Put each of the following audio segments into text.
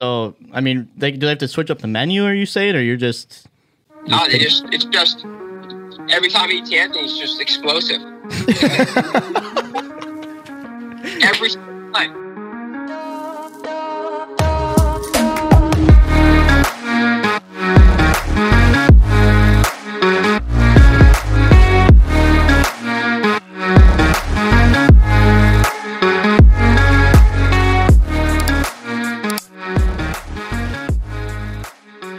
So, I mean, they, do they have to switch up the menu, or you say it, or you're just No, they just, it's just every time he eats Anthony's just explosive. every single time.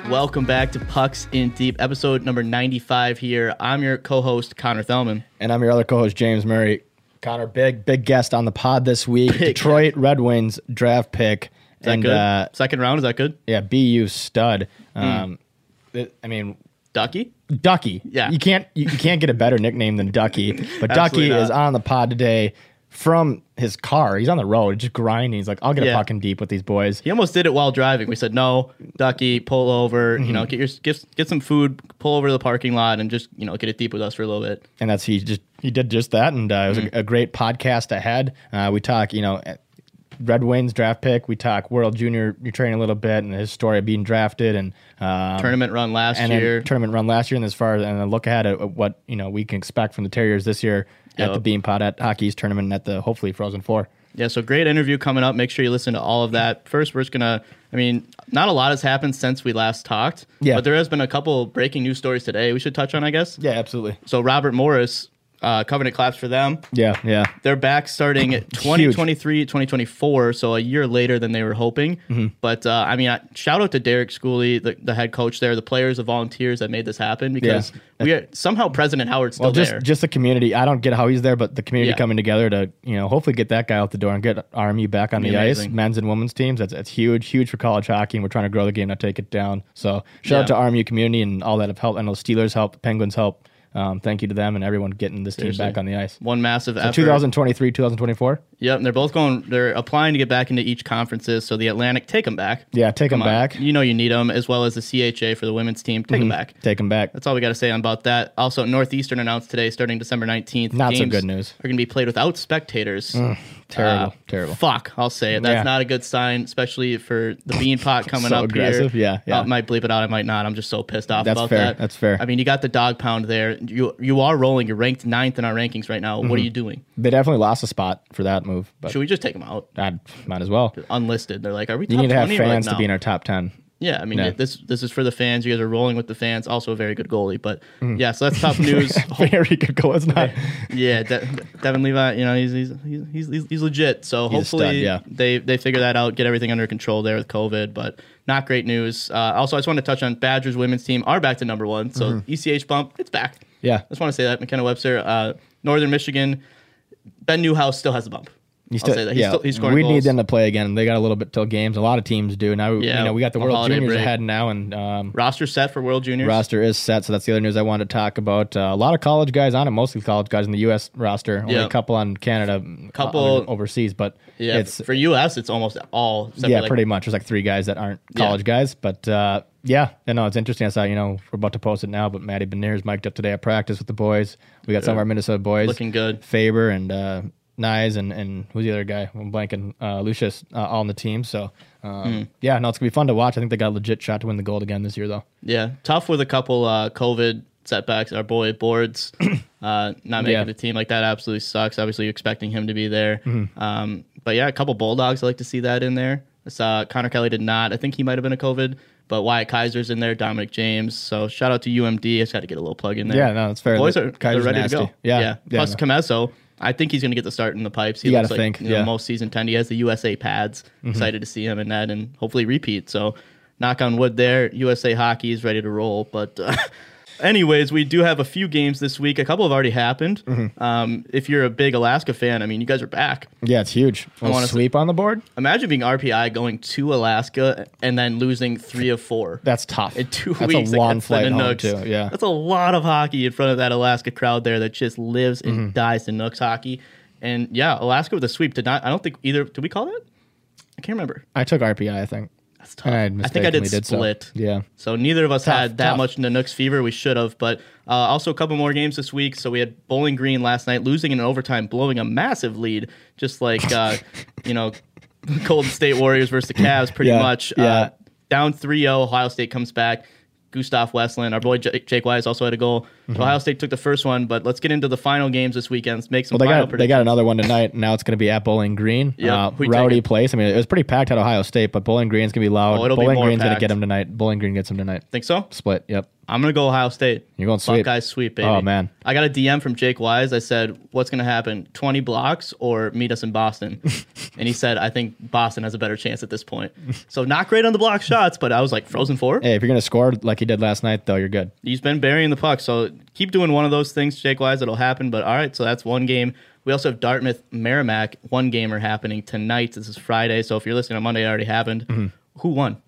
welcome back to Pucks in Deep, episode number 95 here. I'm your co host, Connor Thelman. And I'm your other co-host, James Murray. Connor, big big guest on the pod this week. Detroit Red Wings draft pick. Is that and good? uh Second round, is that good? yeah, BU stud. Um it- I mean Ducky? Ducky. Yeah. You can't you, you can't get a better nickname than Ducky. But Absolutely Ducky not. is on the pod today from his car. He's on the road, just grinding. He's like, I'll get Yeah. a fucking deep with these boys. He almost did it while driving. We said, no, Ducky, pull over, Mm-hmm. you know, get your get, get some food, pull over to the parking lot, and just, you know, get it deep with us for a little bit. and that's he just he did just that, and uh, it was Mm-hmm. a, a great podcast ahead. Uh, we talk, you know, Red Wings draft pick. We talk World Junior Ukraine a little bit, and his story of being drafted and um, Tournament run last and then year. tournament run last year, and as far as and a look ahead at what you know we can expect from the Terriers this year at the Yep. Bean Pot at Hockey's tournament and at the hopefully Frozen Four. Yeah, so great interview coming up. Make sure you listen to all of that. First, we're just gonna. I mean, not a lot has happened since we last talked. Yeah. But there has been a couple breaking news stories today. We should touch on, I guess. Yeah, absolutely. So Robert Morris, uh, Covenant claps for them. Yeah, yeah. They're back starting 2023, 2024, so a year later than they were hoping. Mm-hmm. But uh, I mean, I, shout out to Derek Schooley, the, the head coach there, the players, the volunteers that made this happen because we are somehow President Howard's still Well, just there. just the community. I don't get how he's there, but the community Yeah. coming together to you know hopefully get that guy out the door and get RMU back on the Be ice, amazing. men's and women's teams. That's that's huge, huge for college hockey, and we're trying to grow the game, not take it down. So Yeah. shout out to RMU community and all that have helped. I know Steelers help, Penguins help. Um, thank you to them and everyone getting this Seriously. team back on the ice. One massive effort. 2023, 2024. Yep, and they're both going. They're applying to get back into each conferences. So the Atlantic, take them back. Yeah, take them Come on. back. Mm-hmm. You know you need them, as well as the CHA for the women's team. Take them back. Take them back. That's all we got to say about that. Also, Northeastern announced today, starting December nineteenth, Not so good news. Mm, are going to be played without spectators. terrible, Uh, terrible. Fuck, I'll say it. That's Yeah. not a good sign, especially for the bean pot coming So up aggressive. here. Yeah, yeah. I might bleep it out. I might not. I'm just so pissed off That's about fair, that. that's fair. I mean, you got the dog pound there. You you are rolling. You're ranked ninth in our rankings right now. What are you doing? They definitely lost a spot for that move, Mm-hmm. but Should we just take them out? I'd, might as well. unlisted. They're like, are we? You top need to have 20? We're like, fans to no. be in our top ten. Yeah, I mean, No. it- this this is for the fans. You guys are rolling with the fans. Also, a very good goalie, but Mm. yeah. So that's top news. Very good goal. It's not. yeah, De- Devin Levi. You know, he's he's he's he's, he's, he's legit. So He's a stud, hopefully, yeah. they they figure that out, get everything under control there with COVID. But not great news. Uh, also, I just want to touch on Badgers women's team are back to number one. So ECH bump, it's back. Mm-hmm. Yeah. I just want to say that McKenna Webster, uh, Northern Michigan, Ben Newhouse still has a bump. You I'll say that. He's, still, he's scoring we need goals. them to play again. They got a little bit till games. A lot of teams do now. we- Yeah, you know we got the on World holiday Juniors break. ahead now, and um, roster set for World Juniors. roster is set. So that's the other news I wanted to talk about. Uh, a lot of college guys on it, mostly college guys in the U.S. roster. Only Yeah. a couple on Canada, a Couple- overseas, but Yeah, it's for US, it's almost all. except yeah, for, like, pretty much. There's like three guys that aren't Yeah. college guys, but uh, yeah, I know it's interesting. I saw you know we're about to post it now, but Maddie Beniers mic'd up today at practice with the boys. We got some of our Minnesota boys Looking good. Faber and uh, Nyes and and who's the other guy? I'm blanking. Uh, Lucius uh, all on the team. So um, Hmm. yeah, no, it's gonna be fun to watch. I think they got a legit shot to win the gold again this year, though. Yeah, tough with a couple uh, COVID setbacks. Our boy boards uh, not making Yeah. the team like that Mm-hmm. absolutely sucks. Obviously, you're expecting him to be there. Um, but yeah, a couple Bulldogs. I like to see that in there. Uh, Connor Kelly did not. I think he might have been a COVID, but Wyatt Kaiser's in there, Dominic James. So shout out to UMD. It's got to get a little plug in there. Yeah, no, that's fair. Boys The- are they're Kaiser's ready nasty. to go. Yeah, yeah. yeah, Plus no. Camesso, I think he's going to get the start in the pipes. He You looks gotta like think, you know, yeah. Mm-hmm. most season ten. He has the USA pads. Excited to see him in that and hopefully repeat. So knock on wood there. USA hockey is ready to roll, but. Uh, Anyways, we do have a few games this week. A couple have already happened. Mm-hmm. Um, if you're a big Alaska fan, I mean, you guys are back. Yeah, it's huge. Little wanna s- sweep on the board. Imagine being RPI going to Alaska and then losing three of four. That's tough. in two that's weeks. a like, long that's flight the home Canucks. too. Yeah, that's a lot of hockey in front of that Alaska crowd there that just lives and Mm-hmm. dies to Nooks hockey. And yeah, Alaska with a sweep did not. I don't think either. Did we call that? I can't remember. I took RPI. I think. That's tough. And I, had I think I did, mistakenly did so. split. Yeah. So neither of us Tough, had that tough. much Nanook's fever. We should have. But uh, also a couple more games this week. So we had Bowling Green last night, losing in overtime, blowing a massive lead, just like uh, you know, Golden State Warriors versus the Cavs, pretty Yeah, much. yeah. Uh, down 3-0, Ohio State comes back. Gustav Westland, our boy J- Jake Wise also had a goal. Mm-hmm. Ohio State took the first one, but let's get into the final games this weekend. Let's make some Well, they final got they predictions. got another one tonight. and Now it's going to be at Bowling Green. Yep, Uh, we take rowdy it. place. I mean, it was pretty packed at Ohio State, but Bowling Green's going to be loud. Oh, it'll be Bowling more Green's going to packed. get them tonight. Bowling Green gets them tonight. Think so? Split. Yep. I'm gonna go Ohio State. You're going sweep. Buckeye sweep, baby. Oh, man. I got a DM from Jake Wise. I said, "What's gonna happen? 20 blocks or meet us in Boston?" and he said, "I think Boston has a better chance at this point." So not great on the block shots, but I was like, "Frozen four? Hey, if you're going to score like you did last night, though, you're good. He's been burying the puck, so keep doing one of those things, Jake Wise. It'll happen. But all right, so that's one game. We also have Dartmouth Merrimack one gamer happening tonight. This is Friday, so if you're listening on Monday, it already happened. Mm-hmm. Who won?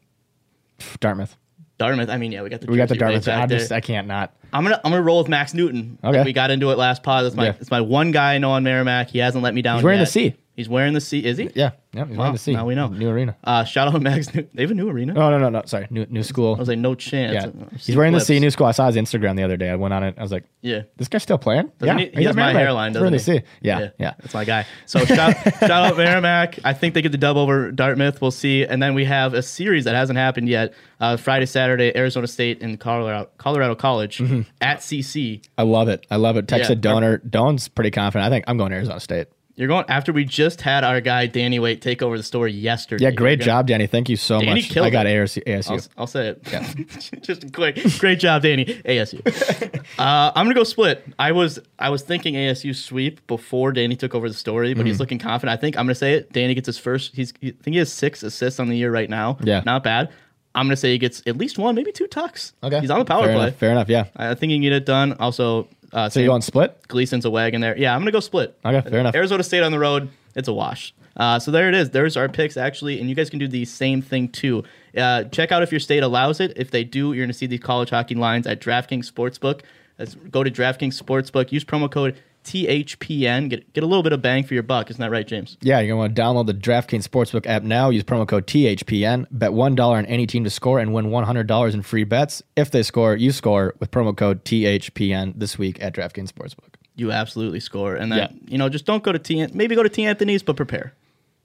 Pff, Dartmouth. Dartmouth. I mean, yeah, we got the We got the jersey right Dartmouth. back I there. just I can't not. I'm gonna I'm gonna roll with Max Newton. Okay. Like, we got into it last pod. That's my Yeah. it's my one guy I know on Merrimack. He hasn't let me down. He's wearing the yet. C. He's wearing the C. Is he? Yeah. Yeah. He's Wow, to see. now we know. New arena. Uh, shout out to Max Newton. They have a new arena. Oh no no no! Sorry, new new school. I was like, no chance. yeah, I've he's seen wearing the clips. C new school. I saw his Instagram the other day. I went on it. I was like, Yeah. this guy's still playing. Doesn't yeah, he, he has my hairline, doesn't really he? See, yeah, yeah. That's my guy. So shout, shout out Merrimack. I think they get the dub over Dartmouth. We'll see. And then we have a series that hasn't happened yet. Uh, Friday, Saturday, Arizona State and Colorado, Colorado College Mm-hmm. at CC. I love it. I love it. Texas Yeah. donor. Don's pretty confident. I think I'm going Arizona State. You're going after we just had our guy Danny Waite take over the story yesterday. Yeah, You're great gonna- job, Danny. Thank you so Danny much. killed I got it. ARC, ASU. I'll, I'll say it. Just quick. Great job, Danny. ASU. uh, I'm gonna go split. I was I was thinking ASU sweep before Danny took over the story, Mm. but he's looking confident. I think I'm gonna say it. Danny gets his first. He's he, I think he has six assists on the year right now. Yeah. not bad. I'm gonna say he gets at least one, maybe two tucks. okay, he's on the power fair play. Enough, fair enough. Yeah. I I think he can get it done. Also, uh, So you going split? Gleason's a wagon there. Yeah, I'm gonna go split. Okay, fair enough. Arizona State on the road, it's a wash. Uh, so there it is. There's our picks actually, and you guys can do the same thing too. Uh, check out if your state allows it. If they do, you're gonna see these college hockey lines at DraftKings Sportsbook. Let's go to DraftKings Sportsbook. Use promo code THPN. Get get a little bit of bang for your buck. Isn't that right, James? Yeah, you're going to want to download the DraftKings Sportsbook app now. Use promo code THPN. Bet $1 on any team to score and win $100 in free bets. If they score, you score with promo code THPN this week at DraftKings Sportsbook. You absolutely score, and then Yeah. you know just don't go to T. Maybe go to T. Anthony's, but prepare.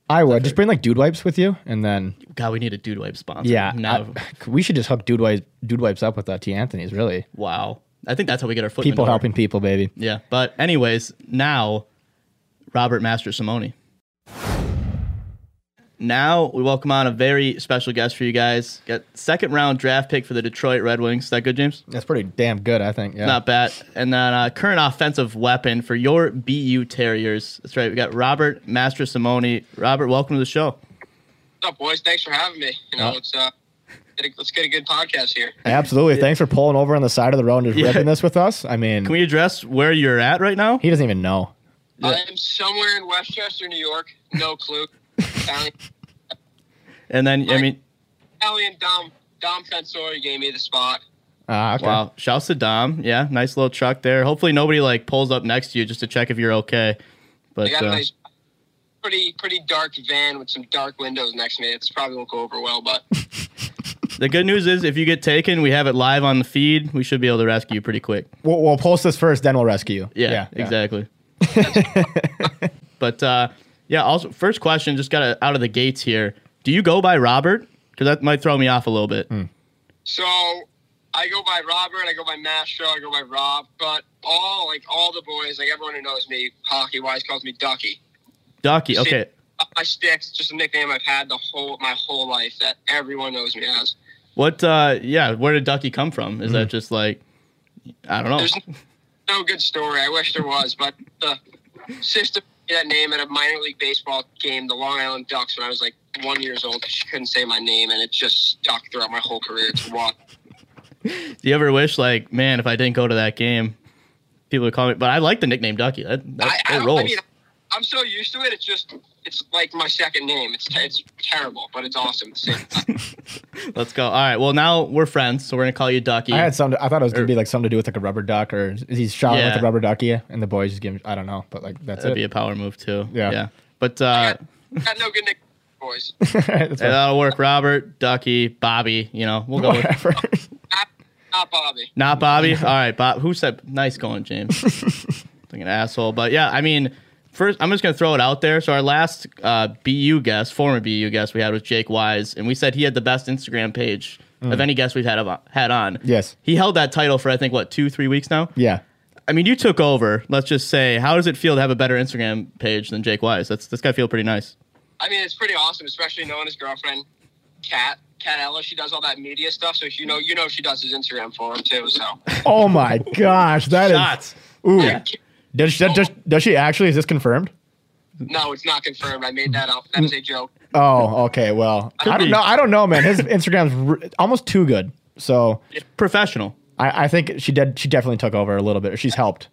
I would. Just bring like dude wipes with you and then God, we need a dude wave sponsor. Yeah, now I- we should just hook dude wipes, dude wipes up with uh, T. Anthony's. Really, wow. I think that's how we get our foot. in the people door. helping people, baby. Yeah. But anyways, now Robert Master Simone. Now we welcome on a very special guest for you guys. Got second round draft pick for the Detroit Red Wings. Is that good, James? That's pretty damn good, I think. Yeah, Not bad. And then uh, current offensive weapon for your BU Terriers. That's right. We got Robert Master Simone. Robert, welcome to the show. What's up, boys? Thanks for having me. You know, it's uh, get a- let's get a good podcast here. absolutely. Thanks for pulling over on the side of the road and just Yeah. ripping this with us. I mean, Can we address where you're at right now? he doesn't even know. I'm somewhere in Westchester, New York. No clue. Italian, And then I mean, Italian Dom Dom Fensori gave me the spot. Ah, okay. wow. Shouts to Dom. Yeah, nice little truck there. Hopefully nobody like pulls up next to you just to check if you're okay. But I got uh, a nice, pretty pretty dark van with some dark windows next to me. It's probably won't go over well, but The good news is, if you get taken, we have it live on the feed. We should be able to rescue you pretty quick. We'll, we'll post this first, then we'll rescue you. Yeah, exactly. but uh, yeah, also first question, just got to out of the gates here. Do you go by Robert? Because that might throw me off a little bit. Hmm. So I go by Robert, I go by Mastro, I go by Rob, but all like all the boys, like everyone who knows me hockey wise calls me Ducky. Ducky, See- okay. I Sticks, just a nickname I've had the whole my whole life that everyone knows me as. What? Uh, yeah. Where did Ducky come from? Is Hmm. that just like I don't know? There's no good story. I wish there was, but the system that name at a minor league baseball game, the Long Island Ducks, when I was like one years old. She couldn't say my name, and it just stuck throughout my whole career. It's wild. Do you ever wish like, man, if I didn't go to that game, people would call me? But I like the nickname Ducky. That I, that, I, that don't- rolls. I mean, I'm so used to it. It's just it's like my second name. It's te- it's terrible, but it's awesome at the same time. Let's go. All right. Well, now we're friends, so we're gonna call you Ducky. I had some. I thought it was gonna be like something to do with like a rubber duck, or he's shot Er. Yeah. with a rubber duck, yeah, and the boys just give him. I don't know, but like that's That'd be it. a power move too. Yeah. Yeah. But uh, Got no good nickname, boys. That's hey, what- that'll work. Robert, Ducky, Bobby. You know, we'll go with whatever. Not, not Bobby. Not Bobby. All right, Bob. Who said nice going, James? like an asshole. But yeah, I mean, first I'm just gonna throw it out there. So our last uh, BU guest, former BU guest we had was Jake Wise, and we said he had the best Instagram page of any guest we've had of, had on. Mm. Yes. he held that title for I think what two, three weeks now. yeah, I mean, you took over. Let's just say, how does it feel to have a better Instagram page than Jake Wise? That's that's gotta feel pretty nice. I mean, it's pretty awesome, especially knowing his girlfriend, Kat. Kat Ella, she does all that media stuff, so you know, you know, she does his Instagram for him too. So, Oh my gosh, that is. Shots. Ooh. Yeah. Does, she, does, does she actually? Is this confirmed? no, it's not confirmed. I made that up. That was a joke. Oh, okay. Well, I don't be. know. I don't know, man. His Instagram's r almost too good. So Professional. I, I think she did. She definitely took over a little bit. She's helped.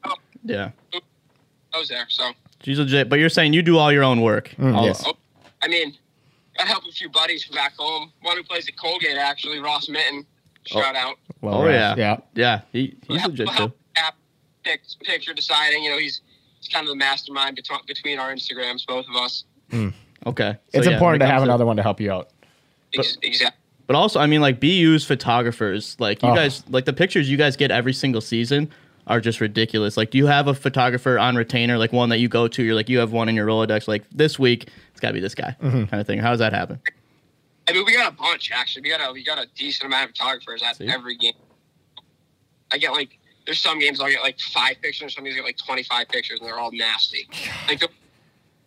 Yeah. I was there. So, She's legit. But you're saying you do all your own work. All- Mm, yes. oh, I mean, I help a few buddies from back home. One who plays at Colgate, actually, Ross Mitten. Shout out. Well, Oh right. yeah. yeah. Yeah. He, he's legit Well, too. Cap pick, picture deciding. You know, he's he's kind of the mastermind betw- between our Instagrams, both of us. Okay. So, It's yeah, when important to it have comes another one to help you out. Ex- exactly. But also, I mean, like BU's photographers, like you Oh. guys, like the pictures you guys get every single season are just ridiculous. Like, do you have a photographer on retainer, like one that you go to? You're like, you have one in your Rolodex. Like this week, it's got to be this guy, Mm-hmm. kind of thing. How does that happen? I mean, we got a bunch actually. We got a we got a decent amount of photographers at See? every game. I get like there's some games I'll get like five pictures, some games I get like 25 pictures, and they're all nasty. Like the,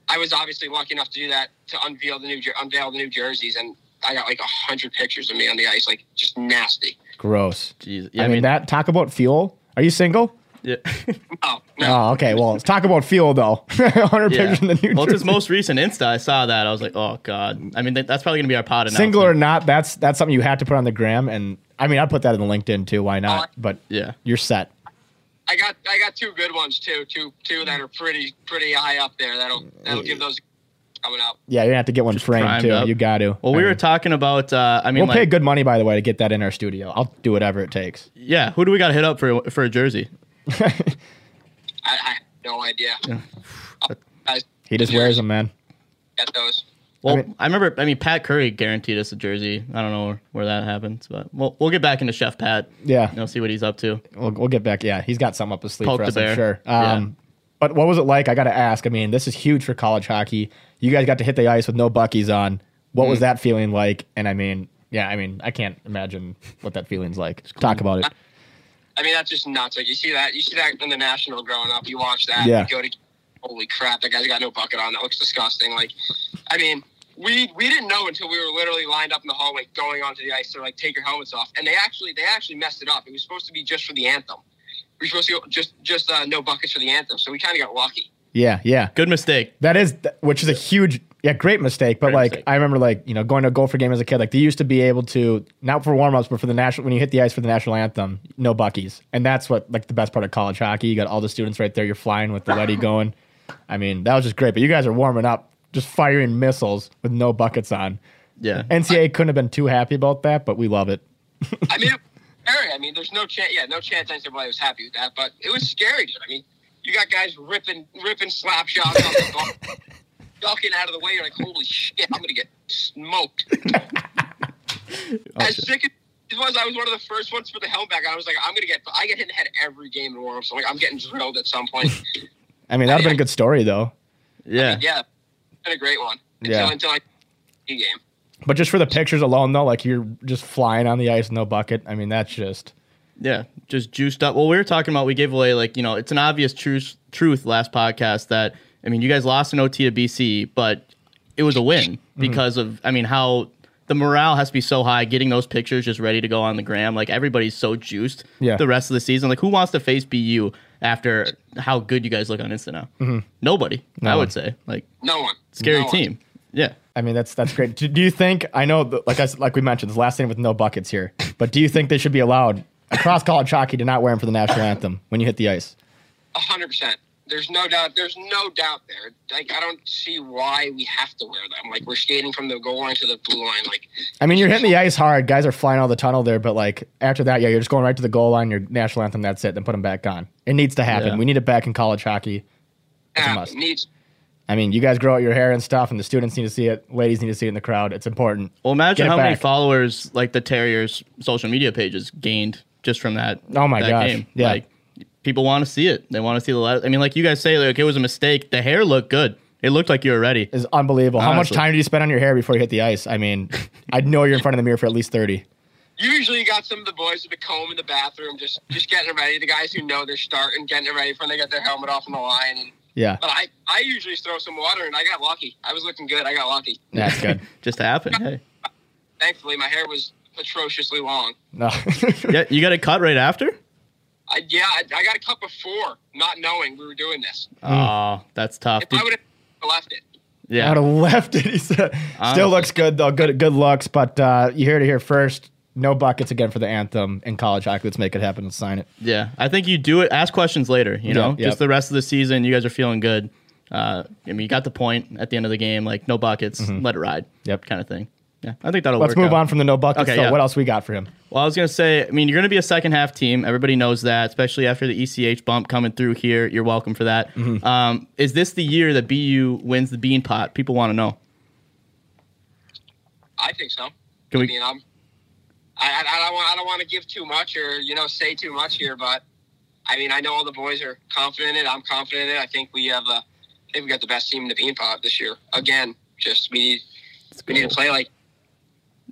I was obviously lucky enough to do that to unveil the new jer- unveil the new jerseys, and I got like a hundred pictures of me on the ice, like just nasty. Gross. Jeez. Yeah, I, mean, that talk about fuel. Are you single? yeah. Oh no, Oh, okay. Well, let's talk about fuel though. 100 pictures in the new well, it's his jersey. most recent Insta. I saw that. I was like, oh god. I mean, th- that's probably gonna be our pod. single or announcement. not. That's that's something you have to put on the gram, and I mean, I put that in the LinkedIn too. Why not? Oh, But Yeah. you're set. I got I got two good ones too, two two that are pretty pretty high up there. That'll that'll give those coming up. Yeah, you're gonna have to get one framed primed too. up. You got to. Well, I we were mean, talking about. Uh, I mean, we'll like, pay good money, by the way, to get that in our studio. I'll do whatever it takes. yeah. Who do we got to hit up for for a jersey? I, I have no idea. I He just wears them, man. got those. Well, I, mean- remember. I mean, Pat Curry guaranteed us a jersey. I don't know where, where that happens, but we'll we'll get back into Chef Pat. Yeah. you know, see what he's up to. We'll, we'll get back. Yeah, he's got some up his sleeve Poke the for us, bear. I'm sure. Yeah. Um, But what was it like? I got to ask. I mean, this is huge for college hockey. You guys got to hit the ice with no buckies on. What Mm. was that feeling like? And I mean, yeah, I mean, I can't imagine what that feeling's like. Talk about it. I mean, that's just nuts. Like you see that, you see that in the national growing up. You watch that. Yeah. You go to, holy crap, that guy's got no bucket on. That looks disgusting. Like, I mean, we we didn't know until we were literally lined up in the hallway going onto the ice. They're like, take your helmets off, and they actually they actually messed it up. It was supposed to be just for the anthem. We were supposed to go just just uh, no buckets for the anthem, so we kind of got lucky. Yeah, yeah. Good mistake. That is, th- which is a huge, yeah, great mistake. But Great like, mistake. I remember like, you know, going to a Gopher game as a kid, like they used to be able to, not for warm ups, but for the national, when you hit the ice for the national anthem, no buckies. And that's what, like, the best part of college hockey. You got all the students right there. You're flying with the Letty going. I mean, that was just great. But you guys are warming up, just firing missiles with no buckets on. Yeah, NCAA couldn't have been too happy about that, but we love it. I mean, it was scary. I mean, there's no chance. Yeah, no chance NCAA was happy with that, but it was scary, dude. I mean, you got guys ripping, ripping slap shots off the ball, ducking out of the way. You're like, holy shit, I'm gonna get smoked. as sick as it was, I was one of the first ones for the helmet back. I was like, I'm gonna get. I get hit in the head every game in warm-ups. I'm like, I'm getting drilled at some point. I mean, that would have been a good story, though. yeah, yeah, it's been a great one. Until, Yeah. until I game. But just for the pictures alone, though, like you're just flying on the ice, no bucket. I mean, that's just. yeah. Just juiced up. Well, we were talking about we gave away like you know it's an obvious truth truth last podcast that I mean you guys lost an OT to BC, but it was a win because of I mean how the morale has to be so high. Getting those pictures just ready to go on the gram, like everybody's so juiced. Yeah. The rest of the season, like who wants to face BU after how good you guys look on Insta now? Nobody, I would say. Like No one. scary No one. team. Yeah. I mean, that's that's great. Do, do you think? I know, that- like I s- like we mentioned, this last thing with no buckets here. But do you think they should be allowed across college hockey to not wear them for the national anthem when you hit the ice? A hundred percent. There's no doubt. There's no doubt there. Like I don't see why we have to wear them. Like we're skating from the goal line to the blue line. Like I mean, you're hitting the ice hard. Guys are flying out of the tunnel there, but like after that, yeah, you're just going right to the goal line. Your national anthem. That's it. Then put them back on. It needs to happen. Yeah. We need it back in college hockey. ah, must. needs. I mean, you guys grow out your hair and stuff, and the students need to see it. Ladies need to see it in the crowd. It's important. Well, Get imagine it how many back. followers like the Terriers' social media pages gained just from that. Oh my that gosh. Yeah. Like, people want to see it. They want to see the. la- I mean, like you guys say, like it was a mistake. The hair looked good. It looked like you were ready. It's unbelievable. How much Honestly. time do you spend on your hair before you hit the ice? I mean, I know you're in front of the mirror for at least thirty. Usually, you got some of the boys with a comb in the bathroom, just just getting it ready. The guys who know they're starting, getting it ready for when they get their helmet off on the line. And, Yeah, but I, I usually throw some water, and I got lucky. I was looking good. I got lucky. that's good. Just happened. Hey. Thankfully, my hair was atrociously long. No. Yeah, you got it cut right after. Mm. I, yeah, I, I got a cut before, not knowing we were doing this. Oh, that's tough. If I Did- would have left it, yeah. out of left it. He said, still Honestly. looks good though. Good good looks, but uh, you hear it here first. No buckets again for the anthem in college hockey. Let's make it happen. Let's sign it. Yeah, I think you do it. Ask questions later. You know, Yeah, yeah. just the rest of the season, you guys are feeling good. Uh, I mean, you got the point at the end of the game, like no buckets, let it ride. Mm-hmm. Yep. kind of thing. Yeah, I think that'll. Let's work move out. on from the no buckets. Okay, though. yeah. What else we got for him? Well, I was gonna say, I mean, you're gonna be a second half team. Everybody knows that, especially after the ECH bump coming through here. You're welcome for that. Mm-hmm. Um, is this the year that BU wins the Bean Pot? People want to know. I think so. Can I we? mean, I'm, I, I, I don't want, I don't want to give too much or you know say too much here, but I mean, I know all the boys are confident in it. I'm confident in it. I think we have, uh, I think we got the best team in the Beanpot this year. Again, just we need, we need to play like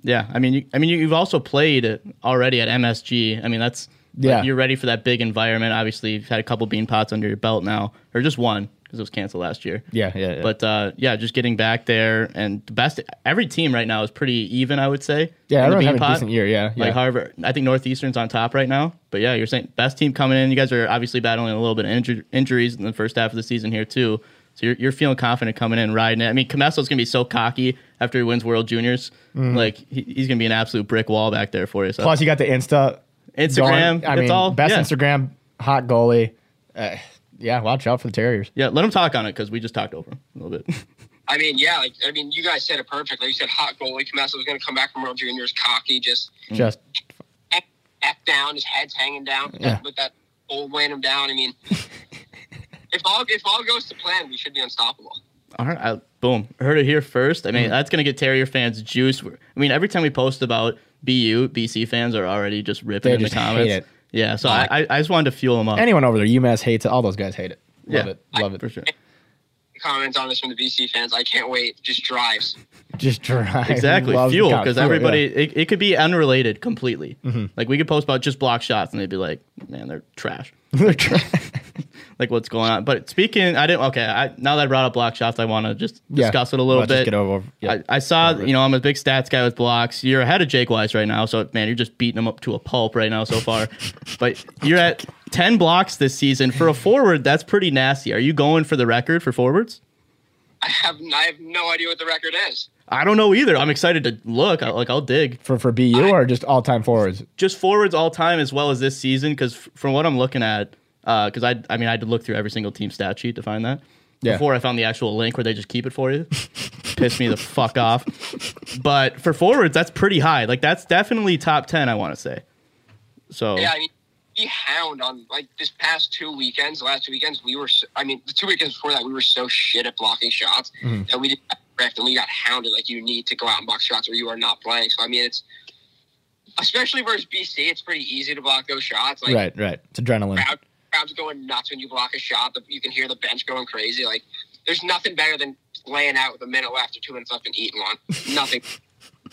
Yeah, I mean, you, I mean, you, you've also played already at MSG. I mean, that's like, Yeah. you're ready for that big environment. Obviously, you've had a couple bean pots under your belt now, or just one because it was canceled last year. Yeah, yeah, yeah. But uh, yeah, just getting back there and the best. Every team right now is pretty even, I would say. Yeah, in the everyone's Bean having a Pot. decent year, yeah, yeah. like Harvard. I think Northeastern's on top right now. But yeah, you're saying best team coming in. You guys are obviously battling a little bit of inju- injuries in the first half of the season here too. So you're, you're feeling confident coming in, riding it. I mean, Camesso's gonna be so cocky after he wins World Juniors. Like he, he's gonna be an absolute brick wall back there for you. So Mm. Plus, you got the Insta, Instagram, Going, I it's mean, all best yeah. Instagram, hot goalie. Uh, yeah, watch out for the Terriers. Yeah, let him talk on it because we just talked over him a little bit. I mean, yeah, like I mean, you guys said it perfectly. You said hot goalie Camessa was going to come back from World Juniors, cocky, just Mm. Just F, F down, his head's hanging down, Yeah. with that old weighing him down. I mean, if all if all goes to plan, we should be unstoppable. All right, I, boom. Heard it here first. I Mm. mean, that's gonna get Terrier fans juice. We're- I mean, every time we post about BU, BC fans are already just ripping They in just the hate comments. it. Yeah, so I, I I just wanted to fuel them up. anyone over there, UMass hates it. All those guys hate it. Love Yeah. it. Love it. for sure. Comments on this from the BC fans. I can't wait. Just drives. Just drive. Exactly, Love the fuel college because fuel, everybody yeah. Mm-hmm. it, it could be unrelated completely. Like we could post about just block shots and they'd be like, "Man, they're trash." They're tra- Like what's going on? But speaking, I didn't. Okay, I, now that I brought up block shots, I want to just Yeah. discuss it a little Let's bit. Just get over. yeah. I, I saw, you know, I'm a big stats guy with blocks. You're ahead of Jake Wise right now. So, man, you're just beating him up to a pulp right now so far. but you're at 10 blocks this season. For a forward, that's pretty nasty. Are you going for the record for forwards? I have I have no idea what the record is. I don't know either. I'm excited to look. I, like, I'll dig. for for BU or just all time forwards. Just forwards all time as well as this season. Because from what I'm looking at, because I, I mean, I had to look through every single team stat sheet to find that. Yeah. Before I found the actual link where they just keep it for you. Piss me the fuck off. But for forwards, that's pretty high. Like, that's definitely top 10, I want to say. So Yeah, I mean, he hound on like this past two weekends, the last two weekends, we were. So, I mean, the two weekends before that, we were so shit at blocking shots that we didn't have ref and we got hounded. Like you need to go out and block shots or you are not playing. So I mean, it's especially versus BC, it's pretty easy to block those shots. Like right, right. It's adrenaline. crowd, crowds going nuts when you block a shot. The, you can hear the bench going crazy. Like there's nothing better than laying out with a minute left or two minutes left and eating one. Nothing.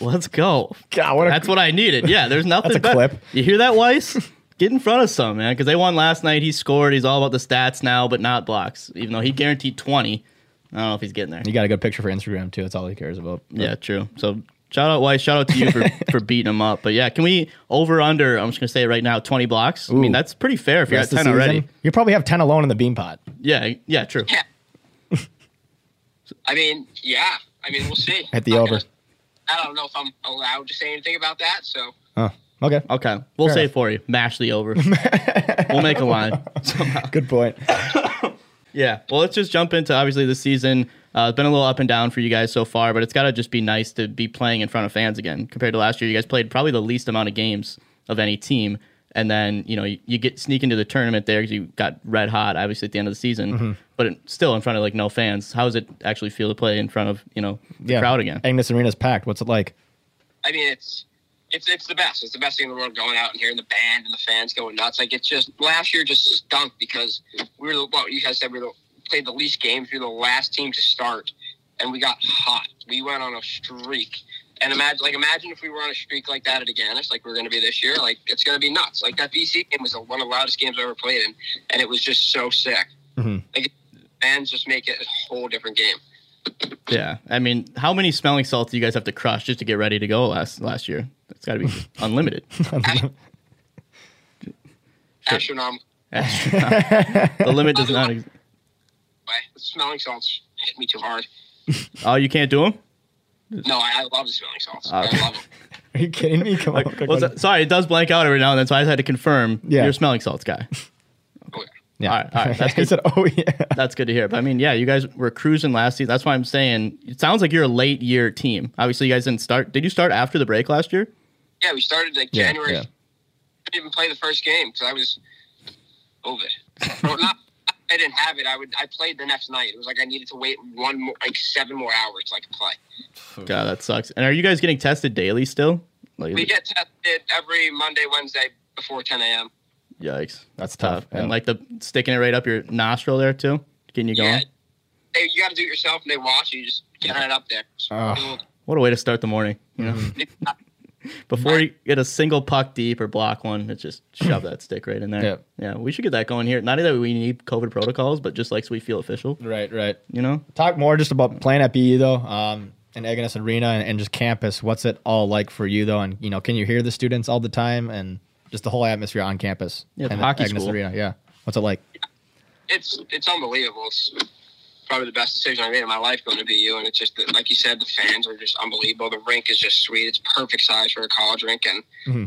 Let's go. God, what a- That's what I needed. Yeah, there's nothing. That's a better. clip. You hear that, Weiss? Get in front of some man, because they won last night. He scored. He's all about the stats now, but not blocks. Even though he guaranteed 20, I don't know if he's getting there. You got a good picture for Instagram too. That's all he cares about. But Yeah, true. So shout out Weiss, shout out to you for, for beating him up. But yeah, can we over under? I'm just gonna say it right now, 20 blocks. I mean, Ooh. that's pretty fair if you're at rest of 10 the season, already. You probably have ten alone in the bean pot. Yeah, yeah, true. Yeah. I mean, yeah. I mean, we'll see. At the I'm over. gonna- I don't know if I'm allowed to say anything about that. So Huh. Okay. Okay, we'll Fair say enough. it for you. Mash the over. we'll make a line. Good point. Yeah. Well, let's just jump into obviously the season. Uh, it's been a little up and down for you guys so far, but it's got to just be nice to be playing in front of fans again. Compared to last year, you guys played probably the least amount of games of any team, and then you know you, you get sneak into the tournament there because you got red hot obviously at the end of the season, Mm-hmm. but it, still in front of like no fans. How does it actually feel to play in front of you know the Yeah. crowd again? Agnes Arena's packed. What's it like? I mean, it's it's it's the best. It's the best thing in the world. Going out and hearing the band and the fans going nuts. Like it's just last year just stunk because we were the, well, you guys said we were the, played the least games. We were the last team to start, and we got hot. We went on a streak. And imagine, like, imagine if we were on a streak like that at Aganis, like we're going to be this year. Like, it's going to be nuts. Like that BC game was one of the loudest games I ever played in, and it was just so sick. Like, fans just make it a whole different game. Yeah. I mean, how many smelling salts do you guys have to crush just to get ready to go last last year? That's got to be unlimited. Astronomical. The limit does not. Ex- way. The smelling salts hit me too hard. oh, you can't do them. No, I, I love the smelling salts. Ah, I love them. Are you kidding me? Come on. Well, so- sorry, it does blank out every now and then, so I just had to confirm Yeah. you're a smelling salts guy. Okay. Yeah. All right, all right, that's he good. said, "Oh yeah." That's good to hear. But I mean, yeah, you guys were cruising last season. That's why I'm saying it sounds like you're a late year team. Obviously, you guys didn't start. Did you start after the break last year? Yeah, we started like Yeah, January. yeah. Didn't even play the first game because I was over. no, not I didn't have it. I would. I played the next night. It was like I needed to wait one more, like seven more hours so I could play. God, that sucks. And are you guys getting tested daily still? Like, We get tested every Monday, Wednesday before 10 a.m. yikes, That's tough, yeah. And like the sticking it right up your nostril there too, getting you going. Yeah, they, you got to do it yourself, and they watch you. Just get it up there. Just Ugh. What a way to start the morning. You know, Mm-hmm. do it. before you get a single puck deep or block one, it's just shove that stick right in there. Yep. Yeah, we should get that going here. Not that we need COVID protocols, but just like so we feel official. Right. Right. You know, Talk more just about playing at BE though, um, and Agnes Arena and, and just campus. What's it all like for you though? And you know, can you hear the students all the time and just the whole atmosphere on campus? Yeah, the and hockey Agnes school. Arena. Yeah. What's it like? it's it's unbelievable. It's probably the best decision I made in my life going to BU, and it's just that, like you said, the fans are just unbelievable. The rink is just sweet. It's perfect size for a college rink, and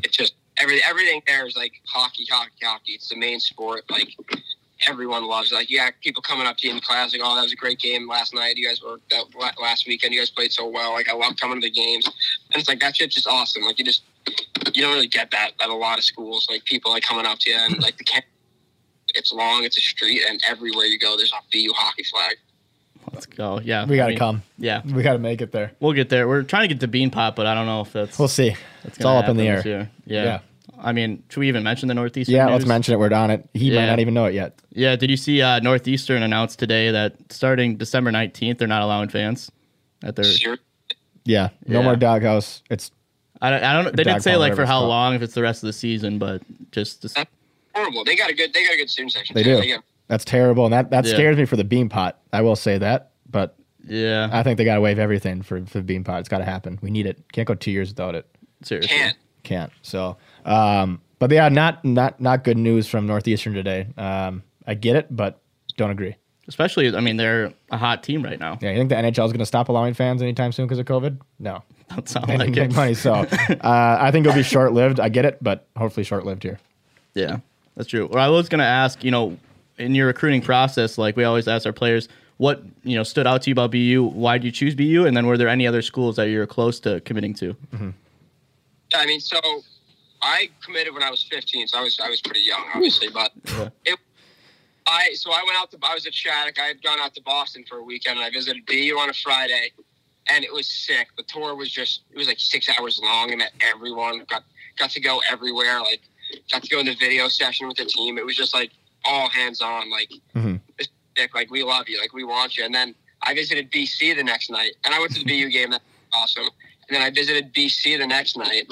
it's just every everything there is like hockey, hockey, hockey. It's the main sport. Like everyone loves. it. Like yeah, people coming up to you in class like, oh, that was a great game last night. You guys were that la- last weekend. You guys played so well. Like I love coming to the games, and it's like that shit's just awesome. Like you just you don't really get that at a lot of schools. Like people like coming up to you and like the camp it's long, it's a street, and everywhere you go, there's a BU hockey flag. let's go. Yeah, We I gotta mean, come. Yeah, We got to make it there. We'll get there. We're trying to get to Bean Pot, but I don't know if that's. We'll see. that's It's gonna all up in the happen air. this year. Yeah. Yeah. I mean, should we even mention the Northeastern? Yeah, let's news? mention it. We're on it. He might Yeah. not even know it yet. Yeah, did you see uh, Northeastern announced today that starting December 19th, they're not allowing fans at their. Sure. Yeah, no Yeah. more doghouse. It's I don't, I don't know. They Dog didn't say pile, like whatever for it's how called. long, if it's the rest of the season, but just. just Horrible. They got a good. They got a good student section. they too. do. got- That's terrible, and that that Yeah. scares me for the bean pot. I will say that, but yeah. I think they got to waive everything for for the bean pot. It's got to happen. We need it. Can't go two years without it. seriously. can't. Can't. So, um, but yeah, not not not good news from Northeastern today. Um, I get it, but don't agree. Especially, I mean, they're a hot team right now. Yeah, you think the NHL is going to stop allowing fans anytime soon because of COVID? No, Don't sound they like didn't it. make money, so uh, I think it'll be short lived. I get it, but hopefully short lived here. Yeah, that's true. Well, I was going to ask, you know, in your recruiting process, like we always ask our players, what you know stood out to you about BU? Why did you choose BU? And then were there any other schools that you were close to committing to? Yeah, I mean, so I committed when I was 15, so I was I was pretty young, obviously. But it, I so I went out to I was at Shattuck. I had gone out to Boston for a weekend, and I visited BU on a Friday, and it was sick. The tour was just it was like six hours long. I met everyone. Got got to go everywhere. Like got to go in the video session with the team. It was just like all hands on. Like Mhm. it's sick. Like we love you. Like we want you. And then I visited BC the next night, and I went to the BU game. That was awesome. And then I visited BC the next night,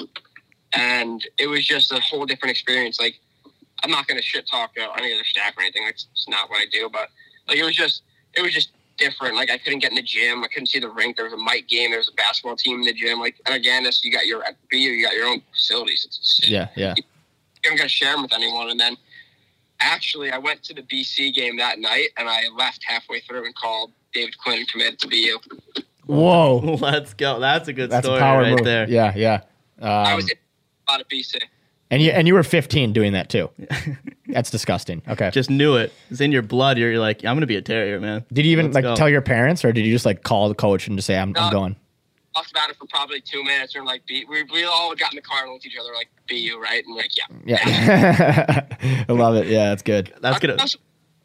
and it was just a whole different experience. Like, I'm not gonna shit talk uh, any other staff or anything. That's it's not what I do, but like it was just it was just different. Like I couldn't get in the gym. I couldn't see the rink. There was a mic game. There was a basketball team in the gym. Like and again, it's, you got your at BU, you got your own facilities. It's, Yeah, yeah. you don't got to share them with anyone. And then actually, I went to the BC game that night and I left halfway through and called David Quinn and committed to BU. Whoa. Let's go. That's a good That's story a power right move. there. Yeah, yeah. I Um, was in a lot of BC. and you and you were 15 doing that too. That's disgusting. Okay. Just knew it. It's in your blood. You're, you're like, I'm gonna be a terrier, man. did you even Let's like go. tell your parents, or did you just like call the coach and just say, "I'm, I'm No. going"? Talked about it for probably two minutes and like, B, we, we all got in the car and looked at each other like, BU, right? And we're like, yeah. Yeah. I love it. Yeah, that's good. That's I gonna. also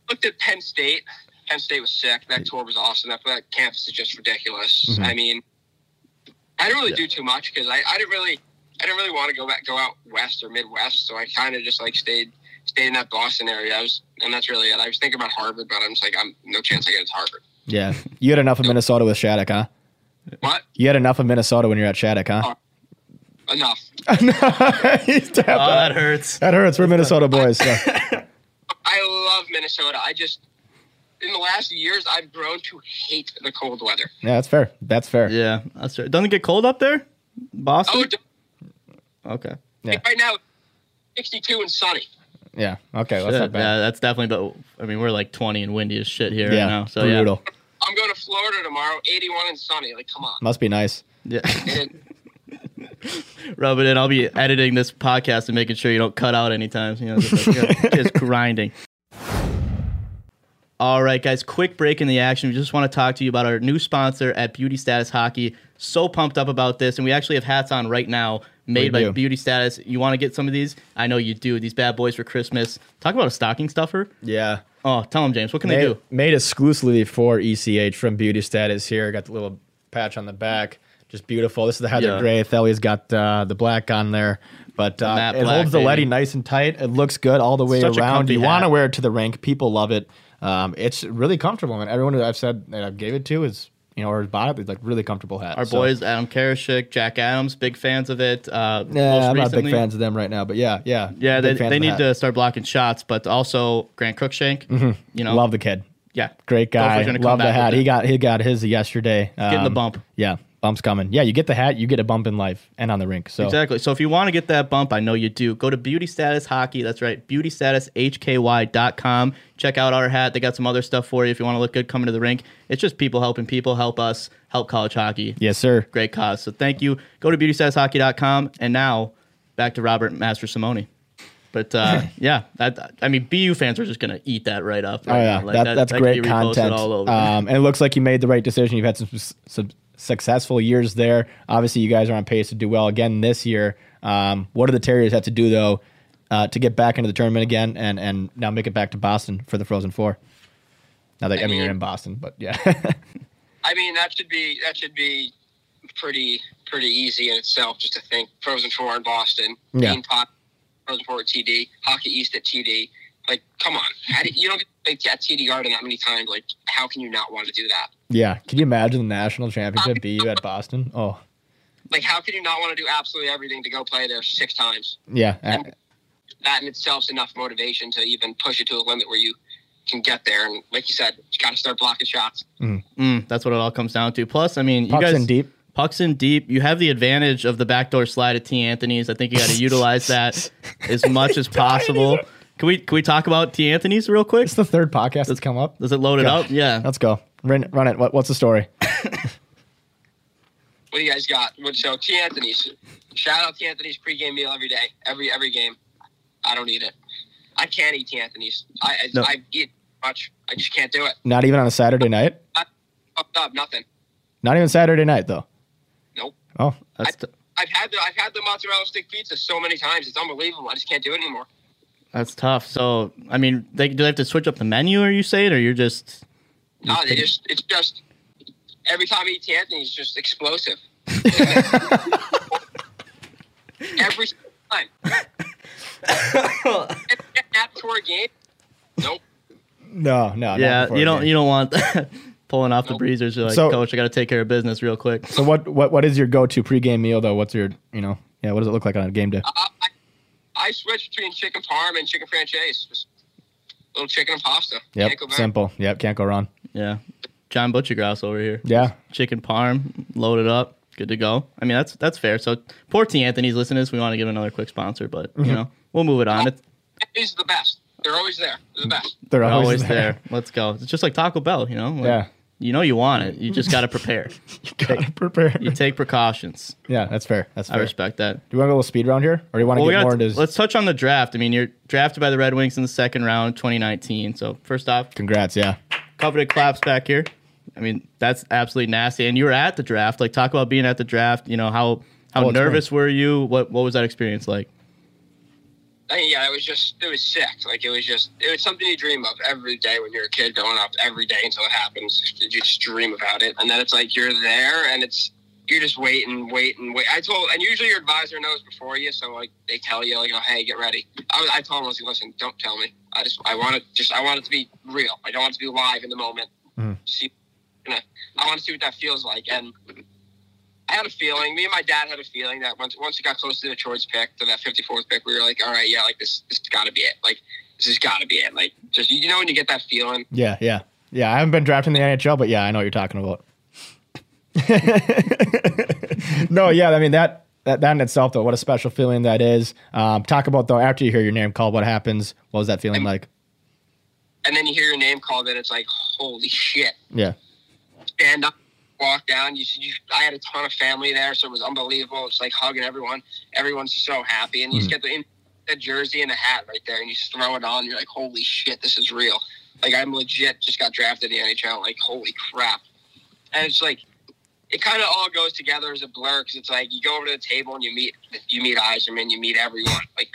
looked at Penn State. Penn State was sick. That tour was awesome. That, that campus is just ridiculous. I mean, I didn't really do too much because I, I didn't really I didn't really want to go back go out west or Midwest. So I kind of just like stayed stayed in that Boston area. I was and that's really it. I was thinking about Harvard, but I'm just like I'm no chance I get into Harvard. Yeah. You had enough of Minnesota with Shattuck, huh? What? You had enough of Minnesota when you're at Shattuck, huh? Enough. He's tapped Oh, out. that hurts. That hurts. We're Minnesota boys. so. I love Minnesota. I just in the last years I've grown to hate the cold weather. Yeah, that's fair. That's fair. Yeah, that's right. Doesn't it get cold up there, Oh, Boston? d- okay. right now, 62 and sunny. Yeah. Okay. That's Yeah, not bad. that's definitely. But I mean, we're like 20 and windy as shit here Yeah. right now. So yeah. brutal. I'm going to Florida tomorrow, 81 and sunny. Like, come on. Must be nice. Yeah. And rub it in. I'll be editing this podcast and making sure you don't cut out any times. You know, just, like, you know, just grinding. All right, guys, quick break in the action. We just want to talk to you about our new sponsor at Beauty Status Hockey. So pumped up about this, and we actually have hats on right now made by do. Beauty Status. You want to get some of these? I know you do. These bad boys for Christmas. Talk about a stocking stuffer. Yeah. Oh, tell them, James. What can they made, do? made exclusively for ECH from Beauty Status here. Got the little patch on the back. Just beautiful. This is the Heather Yeah. Gray. Thely's got uh, the black on there. But uh, matte it black, holds the baby. letty nice and tight. It looks good all the way Such a around. comfy You want to hat. wear it to the rink. People love it. Um, it's really comfortable. And everyone that I've said that I've gave it to is, you know, or has bought it, it's like really comfortable hat. Our So- boys, Adam Karashik, Jack Adams, big fans of it. Uh, most Yeah, I'm not big recently- fans of them right now. But yeah, yeah. Yeah, they, Big fans they of need hat. to start blocking shots, but also Grant Crookshank. You know, Mm-hmm. Love the kid. yeah, Great guy. Gopher's gonna come Love the back with hat. it. He got he got his yesterday. getting the Um, bump. Yeah, bump's coming. Yeah, you get the hat, you get a bump in life and on the rink. So Exactly. So if you want to get that bump, I know you do. Go to Beauty Status Hockey. That's right, beautystatushky.com. Check out our hat. They got some other stuff for you if you want to look good coming to the rink. It's just people helping people help us help college hockey. yes, sir. Great cause. So thank you. Go to beautystatushockey.com. And now back to Robert Master Simone. But uh, yeah, that, I mean, BU fans are just going to eat that right up. Oh right yeah, now. Like, that, that- that's that could great be reposted content. all over. Um, and it looks like you made the right decision. You've had some, s- some successful years there. Obviously, you guys are on pace to do well again this year. Um, what do the Terriers have to do though uh, to get back into the tournament again and and now make it back to Boston for the Frozen Four? Now that I mean you're in Boston, but yeah, I mean, that should be that should be pretty pretty easy in itself. Just to think Frozen Four in Boston, Yeah. Dean Pop, Frozen Four at TD, Hockey East at TD. Like, come on, how do, you don't get to play at TD Garden that many times. Like, how can you not want to do that? yeah. Can you imagine the national championship BU at Boston? Oh Like, how can you not want to do absolutely everything to go play there six times? yeah, uh, That in itself is enough motivation to even push it to a limit where you can get there. And like you said, you got to start blocking shots. Mm, that's what it all comes down to. Plus, I mean, Pucks you guys in deep. pucks in deep. You have the advantage of the backdoor slide at T. Anthony's. I think you got to utilize that as much as possible. Can we can we talk about T. Anthony's real quick? it's the third podcast that's come up. Does it load it Yeah. up? Yeah. Let's go. Run, run it. What, what's the story? what do you guys got? What- So T Anthony's, shout out T Anthony's pregame meal every day, every every game. I don't eat it. I can't eat T Anthony's. I I, No. I eat much. I just can't do it. Not even on a Saturday night. I fucked up. Nothing. Not even Saturday night though. Nope. Oh, That's t- I've had the I've had the mozzarella stick pizza so many times. It's unbelievable. I just can't do it anymore. that's tough. So, I mean, they do they have to switch up the menu? Are you saying, or you're just No, they just it's just every time I eat T Anthony's, it's just explosive. every single time. If I get that for a game. Nope. no, no. not yeah? before You a don't game. you don't want that. pulling off the breezers. You're like, So- coach, I got to take care of business real quick. So what what what is your go to pregame meal though? What's your you know yeah? What does it look like on a game day? I switch between chicken parm and chicken franchise. Just little chicken and pasta. Yep, Can't go back. simple. Yep, can't go wrong. Yeah. John Butcher Grouse over here. Yeah. Chicken parm, loaded up, good to go. I mean, that's that's fair. So, poor T. Anthony's listening to this. We want to give him another quick sponsor, but, Mm-hmm. you know, we'll move it on. It's, He's the best. They're always there. They're the best. They're We're always, always there. there. Let's go. It's just like Taco Bell, you know? Like, Yeah. You know you want it. You just got to prepare. Gotta prepare. you take precautions. Yeah, that's fair. That's I fair. respect that. Do you want to go a little speed round here, or do you want to Well, we get more got into? let's touch on the draft. I mean, you're drafted by the Red Wings in the second round, 2019. So, first off, Congrats. Yeah. coveted claps back here. I mean, that's absolutely nasty. And you were at the draft. Like, talk about being at the draft. You know how how Oh, it's nervous were you? What what was that experience like? I mean, yeah, it was just it was sick. Like it was just it was something you dream of every day when you're a kid growing up. Every day until it happens, you just dream about it, and then it's like you're there, and it's you just wait and wait and wait. I told, and usually your advisor knows before you, so like they tell you like, oh hey, get ready. I, was- I told him, I was like, listen, don't tell me. I just I want it just I want it to be real. I don't want it to be live in the moment. See, you know, I want to see what that feels like, and I had a feeling. Me and my dad had a feeling that once once it got close to Detroit's pick, to that 54th pick, we were like, all right, yeah, like this this has got to be it. Like this has got to be it. Like just you know when you get that feeling. Yeah. Yeah. Yeah. I haven't been drafted in the NHL, but yeah, I know what you're talking about. no. Yeah. I mean that. That, that in itself, though, what a special feeling that is. Um, talk about though after you hear your name called, what happens? What was that feeling like? And then you hear your name called, and it's like, holy shit! Yeah, Stand up, walk down. You, you I had a ton of family there, so it was unbelievable. It's like hugging everyone. Everyone's so happy, and you just get the, the jersey and the hat right there, and you just throw it on. You're like, holy shit, this is real. Like I'm legit just got drafted in the NHL. Like holy crap. and it's like it kind of all goes together as a blur because it's like you go over to the table and you meet you meet Eiserman, you meet everyone, like,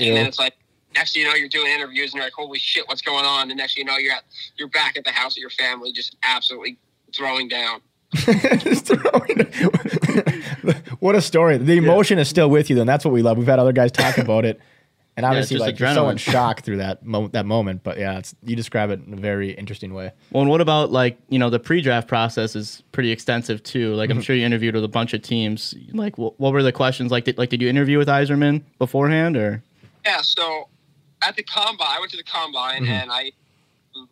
and then it's like next thing you know you're doing interviews and you're like, holy shit, what's going on? And next thing you know you're at you're back at the house of your family, just absolutely throwing down. Just throwing- what a story. The emotion is still with you, though, and that's what we love. We've had other guys talk about it, and obviously, just like you're so in adrenaline. shock through that mo- that moment. But yeah, it's, you describe it in a very interesting way. Well, and what about like you know the pre-draft process is pretty extensive too. Like Mm-hmm. I'm sure you interviewed with a bunch of teams. Like wh- what were the questions? Like did, like did you interview with Eiserman beforehand or? Yeah, so at the combine, I went to the combine and I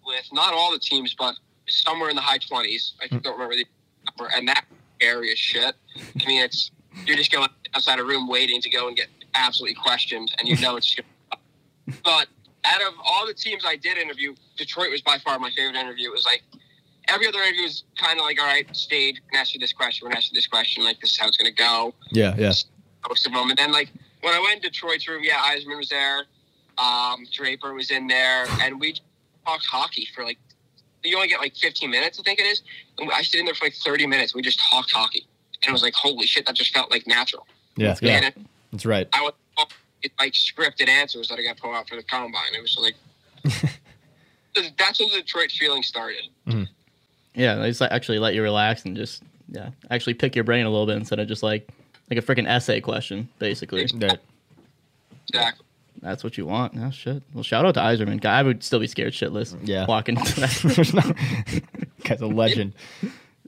with not all the teams, but somewhere in the high twenties. I don't remember the number, and that area shit. I mean, it's you're just going outside a room waiting to go and get absolutely questioned, and you know it's. But out of all the teams I did interview, Detroit was by far my favorite interview. It was like every other interview was kind of like, all right, stayed, we're gonna ask you this question, we're gonna ask you this question, like this is how it's gonna go Yeah, yeah, most of them. And then like when I went in Detroit's room, yeah, Eisman was there, um, Draper was in there, and we talked hockey for like you only get like 15 minutes, I think it is. And I stayed in there for like 30 minutes. We just talked hockey, and it was like holy shit, that just felt like natural. yeah, yeah. And it, That's right. I was it, like scripted answers that I got pulled out for the combine. It was like. That's when the Detroit feeling started. Yeah, they just like, actually let you relax and just yeah actually pick your brain a little bit instead of just like like a freaking essay question basically. That- Exactly. That's what you want. Oh shit. Well, shout out to Eiserman. I would still be scared shitless. Yeah. walking into that. There's no, guy's a legend.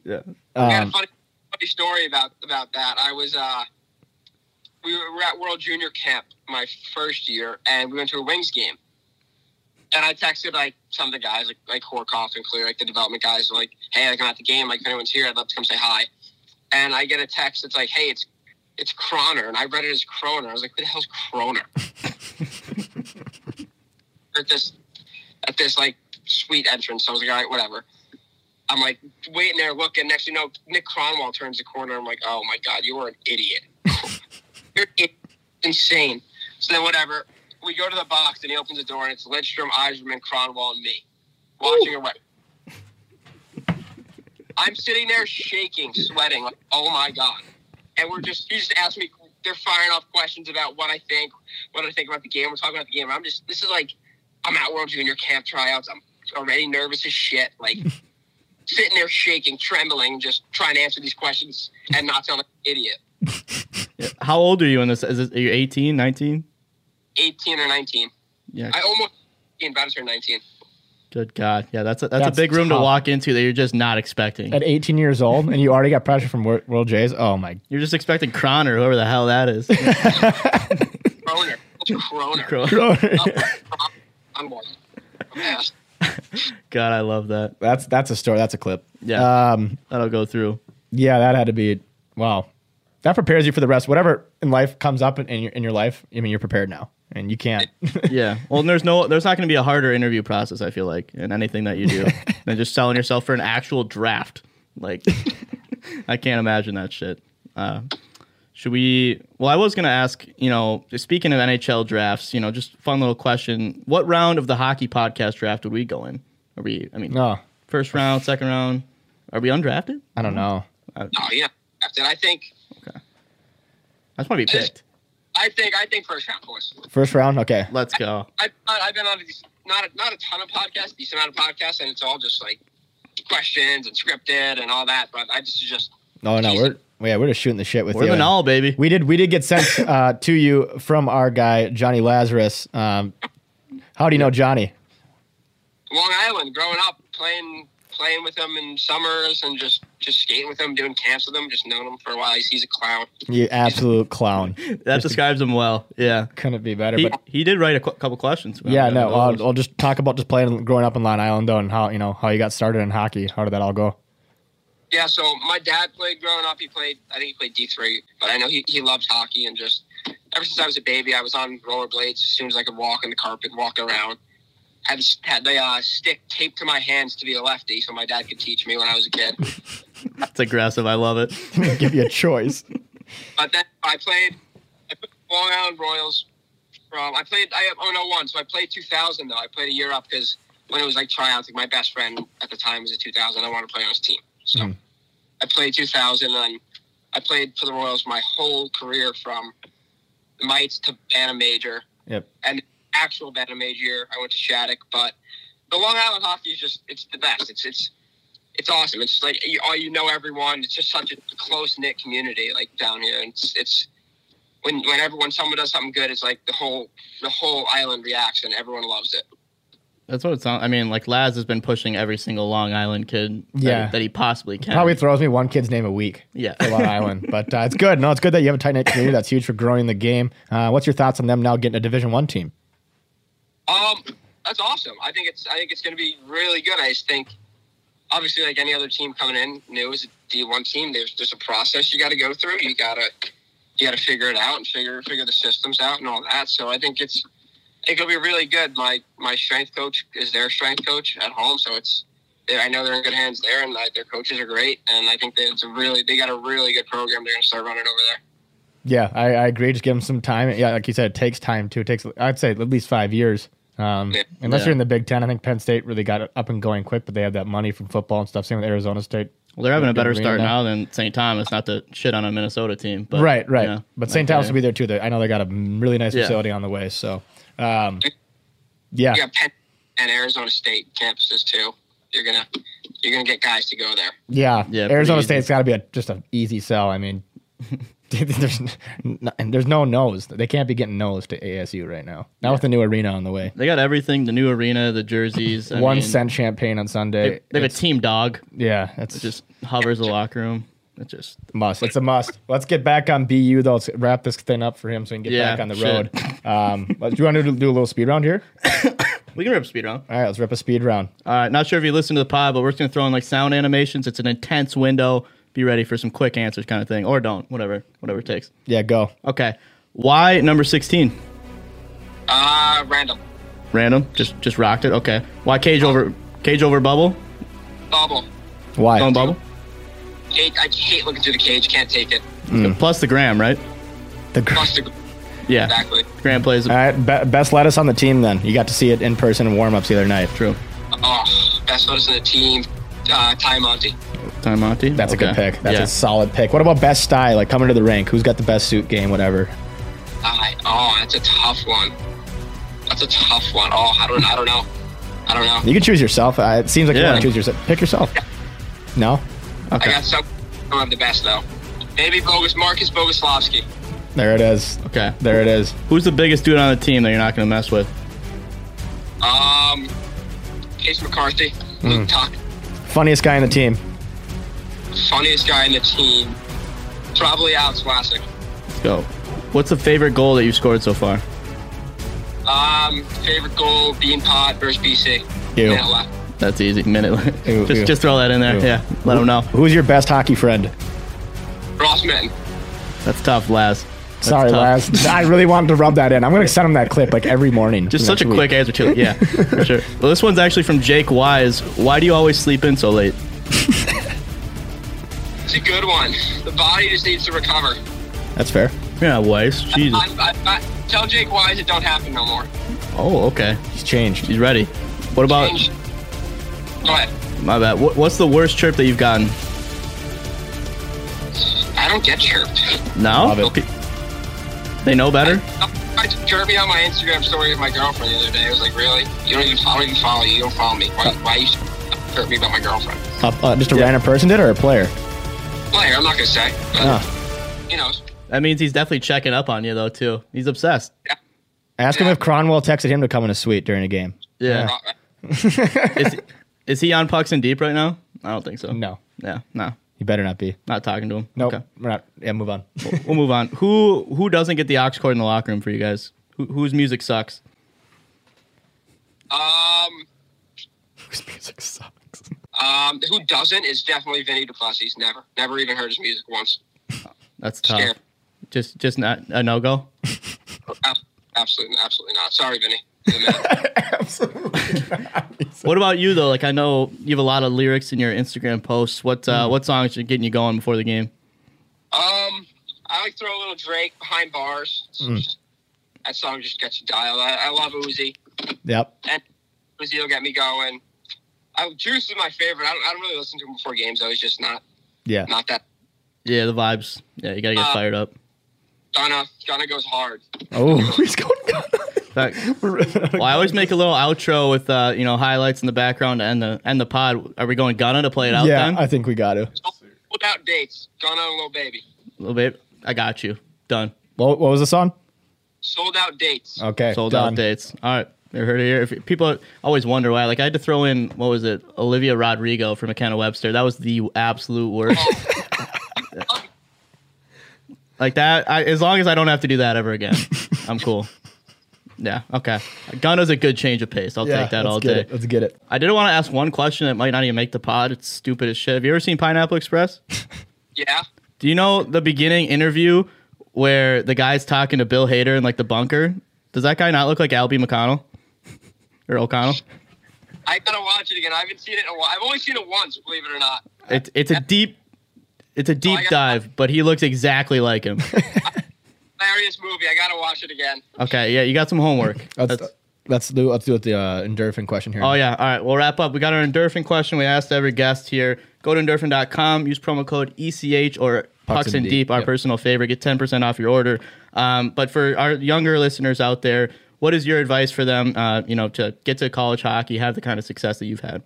yeah. I got a Um, funny, funny story about about that. I was uh, we were at World Junior Camp my first year, and we went to a Wings game. And I texted like some of the guys, like like Horkoff and Clear, like the development guys, like, "Hey, like, I'm at the game. Like, if anyone's here, I'd love to come say hi." And I get a text that's like, "Hey, it's it's Croner," and I read it as Croner. I was like, "Who the hell's Croner?" at this at this like sweet entrance, so I was like, "All right, whatever." I'm like waiting there looking. Next, thing you know, Nick Cronwall turns the corner. I'm like, oh my god, you are an idiot. You're i- insane. So then, whatever. We go to the box and he opens the door and it's Lidstrom, Eiserman, Cronwall, and me watching a wedding. I'm sitting there shaking, sweating, like, oh my god. And we're just, you just asked me, they're firing off questions about what I think, what I think about the game. We're talking about the game. I'm just, this is like, I'm at World Junior Camp tryouts. I'm already nervous as shit. Like, sitting there shaking, trembling, just trying to answer these questions and not sound like an idiot. How old are you in this? Is this, are you 18, 19? 18 or 19. Yeah. I almost in about to turn 19. Good God. Yeah, that's a, that's, That's a big room tough. to walk into that you're just not expecting. at 18 years old, and you already got pressure from Wor- World Jays. Oh my! You're just expecting Croner, whoever the hell that is. Croner. Croner. Cron- God. I'm one. I'm ass. God, I love that. That's that's a story. That's a clip. Yeah. Um, That'll go through. yeah, that had to be wow. That prepares you for the rest. Whatever in life comes up in, in your in your life, I mean, you're prepared now, and you can't. Yeah. Well, and there's no, there's not going to be a harder interview process. I feel like in anything that you do than just selling yourself for an actual draft. Like, I can't imagine that shit. Uh, should we? Well, I was going to ask. You know, speaking of NHL drafts, you know, just fun little question. What round of the hockey podcast draft would we go in? Are we? I mean, no, first round, second round. Are we undrafted? I don't know. No, Oh, yeah. And I think, I just want to be picked. I think, I think first round horse. First round, okay. Let's go. I've, I've been on a decent, not a, not a ton of podcasts, decent amount of podcasts, and it's all just like questions and scripted and all that. But I just just No, no, we're yeah, we're just shooting the shit with We're you. the null, baby. We did we did get sent uh, to you from our guy Johnny Lazarus. Um, how do you know Johnny? Long Island, growing up, playing playing with him in summers and just just skating with him, doing camps with him, just known him for a while. He's, he's a clown. You absolute clown. that describes him well. Yeah. Couldn't be better. He, but he did write a qu- couple questions. yeah, no, Those. I'll, I'll just talk about just playing growing up in Long Island though, and how you know how you got started in hockey. How did that all go? Yeah, so my dad played growing up. He played, I think he played D three, but I know he, he loves hockey and just ever since I was a baby, I was on rollerblades as soon as I could walk on the carpet, walk around. Had this- had the uh, stick taped to my hands to be a lefty, so my dad could teach me when I was a kid. It's aggressive. I love it. Give you a choice. But then I played I played Long Island Royals. From I played I am 01, so I played 2000 though. I played a year up because when it was like tryouts, like my best friend at the time was a 2000. I wanted to play on his team, so I played 2000. And I played for the Royals my whole career from mites to Bantam Major Yep. and actual Bantam Major. I went to Shattuck, but the Long Island hockey is just it's the best. It's it's it's awesome. It's like you, all you know everyone. It's just such a close knit community like down here. And it's it's when when everyone someone does something good, it's like the whole the whole island reacts and everyone loves it. That's what it sounds. I mean, like Laz has been pushing every single Long Island kid that, Yeah. that he possibly can. Probably throws me one kid's name a week. Yeah. for Long Island, but uh, it's good. No, it's good that you have a tight knit community. That's huge for growing the game. Uh, what's your thoughts on them now getting a Division One team? Um, that's awesome. I think it's I think it's going to be really good. I just think, obviously, like any other team coming in new as a D one team, there's there's a process you got to go through. You gotta you gotta figure it out and figure figure the systems out and all that. So I think it's it could be really good. My my strength coach is their strength coach at home, so it's they- I know they're in good hands there, and like, their coaches are great. And I think that it's a really they got a really good program they're going to start running over there. Yeah, I, I agree. Just give them some time. Yeah, like you said, it takes time too. It takes, I'd say, at least five years. Um, Yeah. Unless Yeah. you're in the Big Ten, I think Penn State really got it up and going quick, but they have that money from football and stuff. Same with Arizona State. well, they're having a better Arena start now now. than St. Thomas. Not to shit on a Minnesota team, but right, right. you know, but St. like, Thomas uh, will be there too. They- I know they got a really nice Yeah. facility on the way. So, um, yeah, You got Penn and Arizona State campuses too. You're gonna you're gonna get guys to go there. yeah, Yeah, pretty Arizona easy. State's got to be a, just an easy sell. I mean, there's n- n- there's no nose. They can't be getting nose to ASU right now. Not with the new arena on the way. They got everything: the new arena, the jerseys. I One mean, cent champagne on Sunday. They, they have a team dog. yeah, that's It just hovers the locker room. It just Must. It's a must. Let's get back on BU though. Let's wrap this thing up for him so we can get Yeah, back on the shit. road. Um, let's- do you want to do, do a little speed round here? we can rip speed round. All right, let's rip a speed round. Uh, All right, not sure if you listen to the pod, but we're just gonna throw in like sound animations. It's an intense window. Be ready for some quick answers, kind of thing, or don't. Whatever, whatever it takes. Yeah, go. Okay, why number sixteen? Uh, Randall, Random, just just rocked it. Okay, why cage over cage over bubble? Bubble. Why? Going bubble. Mm-hmm. Hate, I hate looking through the cage. Can't take it. Plus the gram, right? The gr- Plus, the, Yeah. exactly. Gram plays All right, be- best lettuce on the team then. You got to see it in person in warm ups the other night. true. Oh, best notice in the team. Uh, Ty Monty. Time Monty. That's a good Okay. pick. That's yeah. a solid pick. What about best style? Like coming to the rank, who's got the best suit game, whatever. I, oh, that's a tough one. That's a tough one. Oh, I don't, I don't know. I don't know. You can choose yourself. Uh, it seems like you Yeah. want to choose yourself. Pick yourself. No, I got some of the best though. Maybe Bogus Marcus Boguslavsky. there it is. Okay. There it is. Who's the biggest dude on the team that you're not gonna mess with? Um, Case McCarthy. Luke Tuck. Funniest guy on the team. Funniest guy in the team. Probably Alex Vlasic. Let's go. What's the favorite goal that you've scored so far? Um, favorite goal, Bean Pod versus BC. Ew. Yeah, left. That's easy. Minute. Ew, just ew. just throw that in there. Ew. Yeah. Let them know. Who's your best hockey friend? Ross Minton. That's tough, Laz. That's Sorry, tough. Laz. I really wanted to rub that in. I'm going to send him that clip like every morning. Just for such a next quick week. answer to it. Yeah, for sure. Well, this one's actually from Jake Wise. Why do you always sleep in so late? It's a good one. The body just needs to recover. That's fair. Yeah, Wise. Jesus. I, I, I, tell Jake Wise it don't happen no more. Oh, okay. He's changed. He's ready. What about Change. Go ahead. my bad? What, what's the worst chirp that you've gotten? I don't get chirped. No. Love it. Pe- They know better. I chirped me on my Instagram story of my girlfriend the other day. I was like, really? You don't even follow, I don't even follow you. You don't follow me. Why, why you chirp me about my girlfriend? Uh, uh, just a random person did or a player? Player, I'm not going to say. But, You know, That means he's definitely checking up on you though too. He's obsessed. Ask him if Cronwell texted him to come in a suite during a game. Yeah. Ross- is, is he on pucks and deep right now? I don't think so. No, Yeah. No. he better not be. Not talking to him. Nope. Okay. We're not. Yeah, move on. We'll move on. Who who doesn't get the ox cord in the locker room for you guys? Who, whose music sucks? um, Whose music sucks. um, who doesn't is definitely Vinny DePlessis. Never. Never even heard his music once. That's tough. Scared. Just just not a no go. Ab- Absolutely, absolutely not. Sorry, Vinny. You're the man. What about you though? Like I know you have a lot of lyrics in your Instagram posts. What uh, Mm. what songs are getting you going before the game? um, I like throw a little Drake behind bars. It's just- that song just gets you dialed. I, I love Uzi. Yep. and Uzi will get me going. I, Juice is my favorite. I don't, I don't really listen to him before games. I was just not Yeah. not that. Yeah, the vibes. Yeah, you gotta get Uh, fired up. Gunna Gunna goes hard. Oh, he's going. Fact- well, I always make a little outro with uh, you know highlights in the background and the and the pod. Are we going Ghana to play it out? yeah, then? I think we got to. Hold out dates. Gunna and Lil Baby. little bit. I got you. Done. What, what was the song? Sold out dates. Okay, Sold done. out dates. All right. You heard it here. If people always wonder why, like I had to throw in what was it, Olivia Rodrigo from McKenna Webster. That was the absolute worst. like that. I, as long as I don't have to do that ever again, I'm cool. Yeah. Okay. Gunna's a good change of pace. I'll Yeah, take that let's all get day. it. Let's get it. I did want to ask one question that might not even make the pod. It's stupid as shit. Have you ever seen Pineapple Express? Yeah. Do you know the beginning interview where the guy's talking to Bill Hader in like the bunker? Does that guy not look like Albie McConnell or O'Connell? I gotta watch it again. I haven't seen it in a while. I've only seen it once, believe it or not. It's it's a deep, it's a deep Oh, I got- dive, but he looks exactly like him. Hilarious movie. I gotta watch it again. Okay, yeah, you got some homework. Let's, That's- let's do let's do with the uh, endorphin question here. Oh yeah. All right. We'll wrap up. We got our endorphin question we asked every guest here. Go to endorphin.com, use promo code ECH or Pucks, and Deep, our yep. personal favorite. Get 10% off your order. Um, but for our younger listeners out there, what is your advice for them, uh, you know, to get to college hockey, have the kind of success that you've had?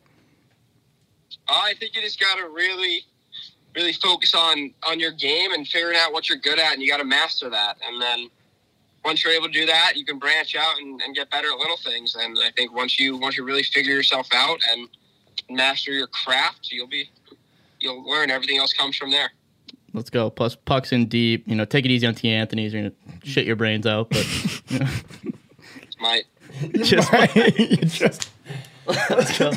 I think you just gotta really, really focus on on your game and figuring out what you're good at, and you gotta master that. And then once you're able to do that, you can branch out and, and get better at little things. And I think once you once you really figure yourself out and master your craft, you'll be you'll learn. Everything else comes from there. Let's go. Plus Pucks and Deep, you know, take it easy on T. Anthony's. You're going to shit your brains out. But It's my just you just All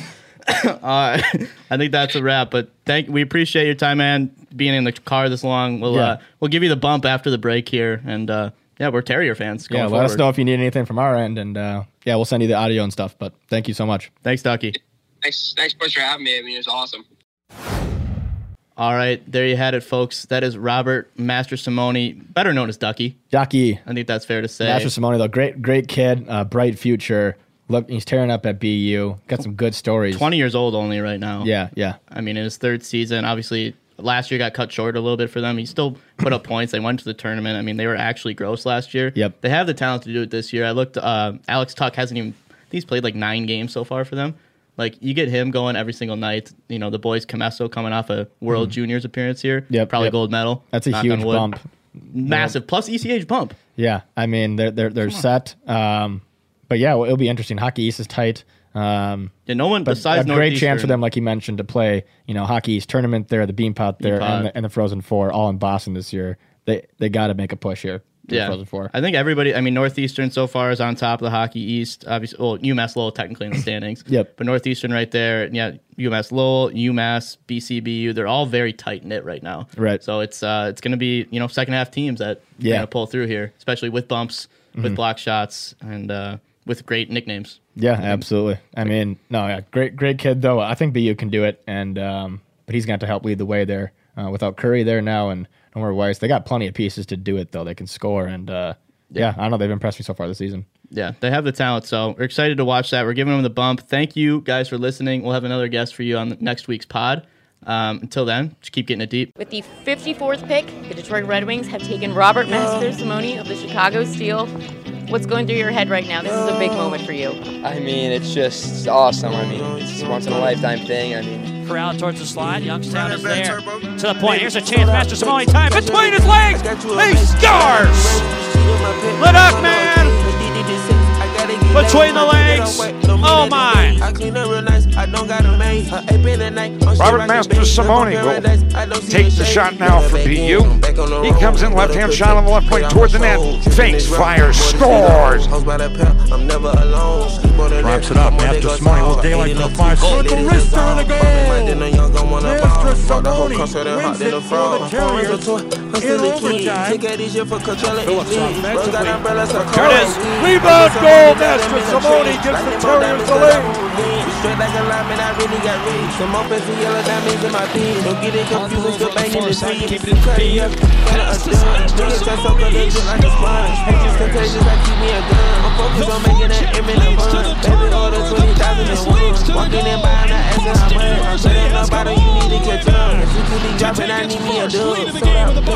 right. I think that's a wrap. But thank we appreciate your time, man. Being in the car this long, we'll uh, Yeah. we'll give you the bump after the break here, and uh, yeah, we're Terrier fans. Going yeah. forward. Let us know if you need anything from our end, and uh, yeah, we'll send you the audio and stuff. But thank you so much. Thanks, Ducky. thanks thanks much for having me. I mean, it was awesome. All right, there you had it, folks. That is Robert Master Simone, better known as Ducky. Jackie, I think that's fair to say. Master Simone, though, great great kid, uh, bright future. Look, he's tearing up at BU. Got some good stories. Twenty years old only right now. Yeah, yeah. I mean, in his third season, obviously last year got cut short a little bit for them. He still put up points. They went to the tournament. I mean, they were actually gross last year. Yep. They have the talent to do it this year. I looked. Uh, Alex Tuck hasn't even. I think He's played like nine games so far for them. Like you get him going every single night. You know the boys Camesso coming off a World Juniors appearance here. Mm-hmm. Yep, Probably yep. gold medal. That's a Knock on huge wood. bump. Massive plus ECH bump. Yeah, I mean they're they're they're set. Um, but yeah, well, it'll be interesting. Hockey East is tight. Um, Yeah, no one but besides a great chance for Northeastern- them, like you mentioned, to play you know hockey East tournament there, the Bean Pot Bean there, Pot. and the, and the Frozen Four, all in Boston this year. They they got to make a push here. to the Frozen Four. I think everybody. I mean, Northeastern so far is on top of the Hockey East. Obviously, well, UMass Lowell technically in the standings. Yep. But Northeastern right there. and Yeah, UMass Lowell, UMass, BCBU. They're all very tight knit right now. Right. So it's uh it's going to be you know second half teams that yeah. Yeah. Mm-hmm. going to pull through here, especially with bumps, with block shots, and uh, with great nicknames. Yeah, absolutely. I mean, no, yeah, great, great kid though. I think BU can do it, and um, but he's going to have to help lead the way there. Uh, without Curry there now and no more Weiss, they got plenty of pieces to do it though. They can score, and uh, yeah. I don't know. They've impressed me so far this season. Yeah, they have the talent, so we're excited to watch that. We're giving them the bump. Thank you guys for listening. We'll have another guest for you on next week's pod. Um, until then, just keep getting it deep. With the 54th pick, the Detroit Red Wings have taken Robert Master Simoni of the Chicago Steel. What's going through your head right now? This is a big moment for you. I mean, it's just awesome. I mean, it's a once in a lifetime thing. I mean, Corral towards the slot. Youngstown is there. To the point. Here's a chance. Master Smalley time. Between his legs. He scores. Let up, man. Between the legs. Oh, my. Robert Masters Simone will take the shot now for BU. He comes in left hand shot on the left point toward the net. Fakes, fires, scores. Wraps it up. After Simone will daylight to the far circle. Wrist on the goal. Mr. Simone wins it for the Terriers in overtime. Phillips offensively. Curtis. Rebound goal. Master Simone gives the Terriers the lead.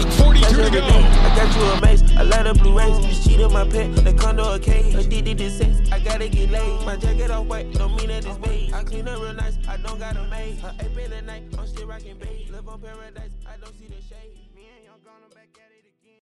I got you a mace, a lot of blue rays. She did my pet, the condo a cage. A DD to sex, I gotta get laid. My jacket all white, don't mean that it's made. I clean her real nice, I don't got a maid. Her ape in the night, I'm still rocking beige. Live on paradise, I don't see the shade.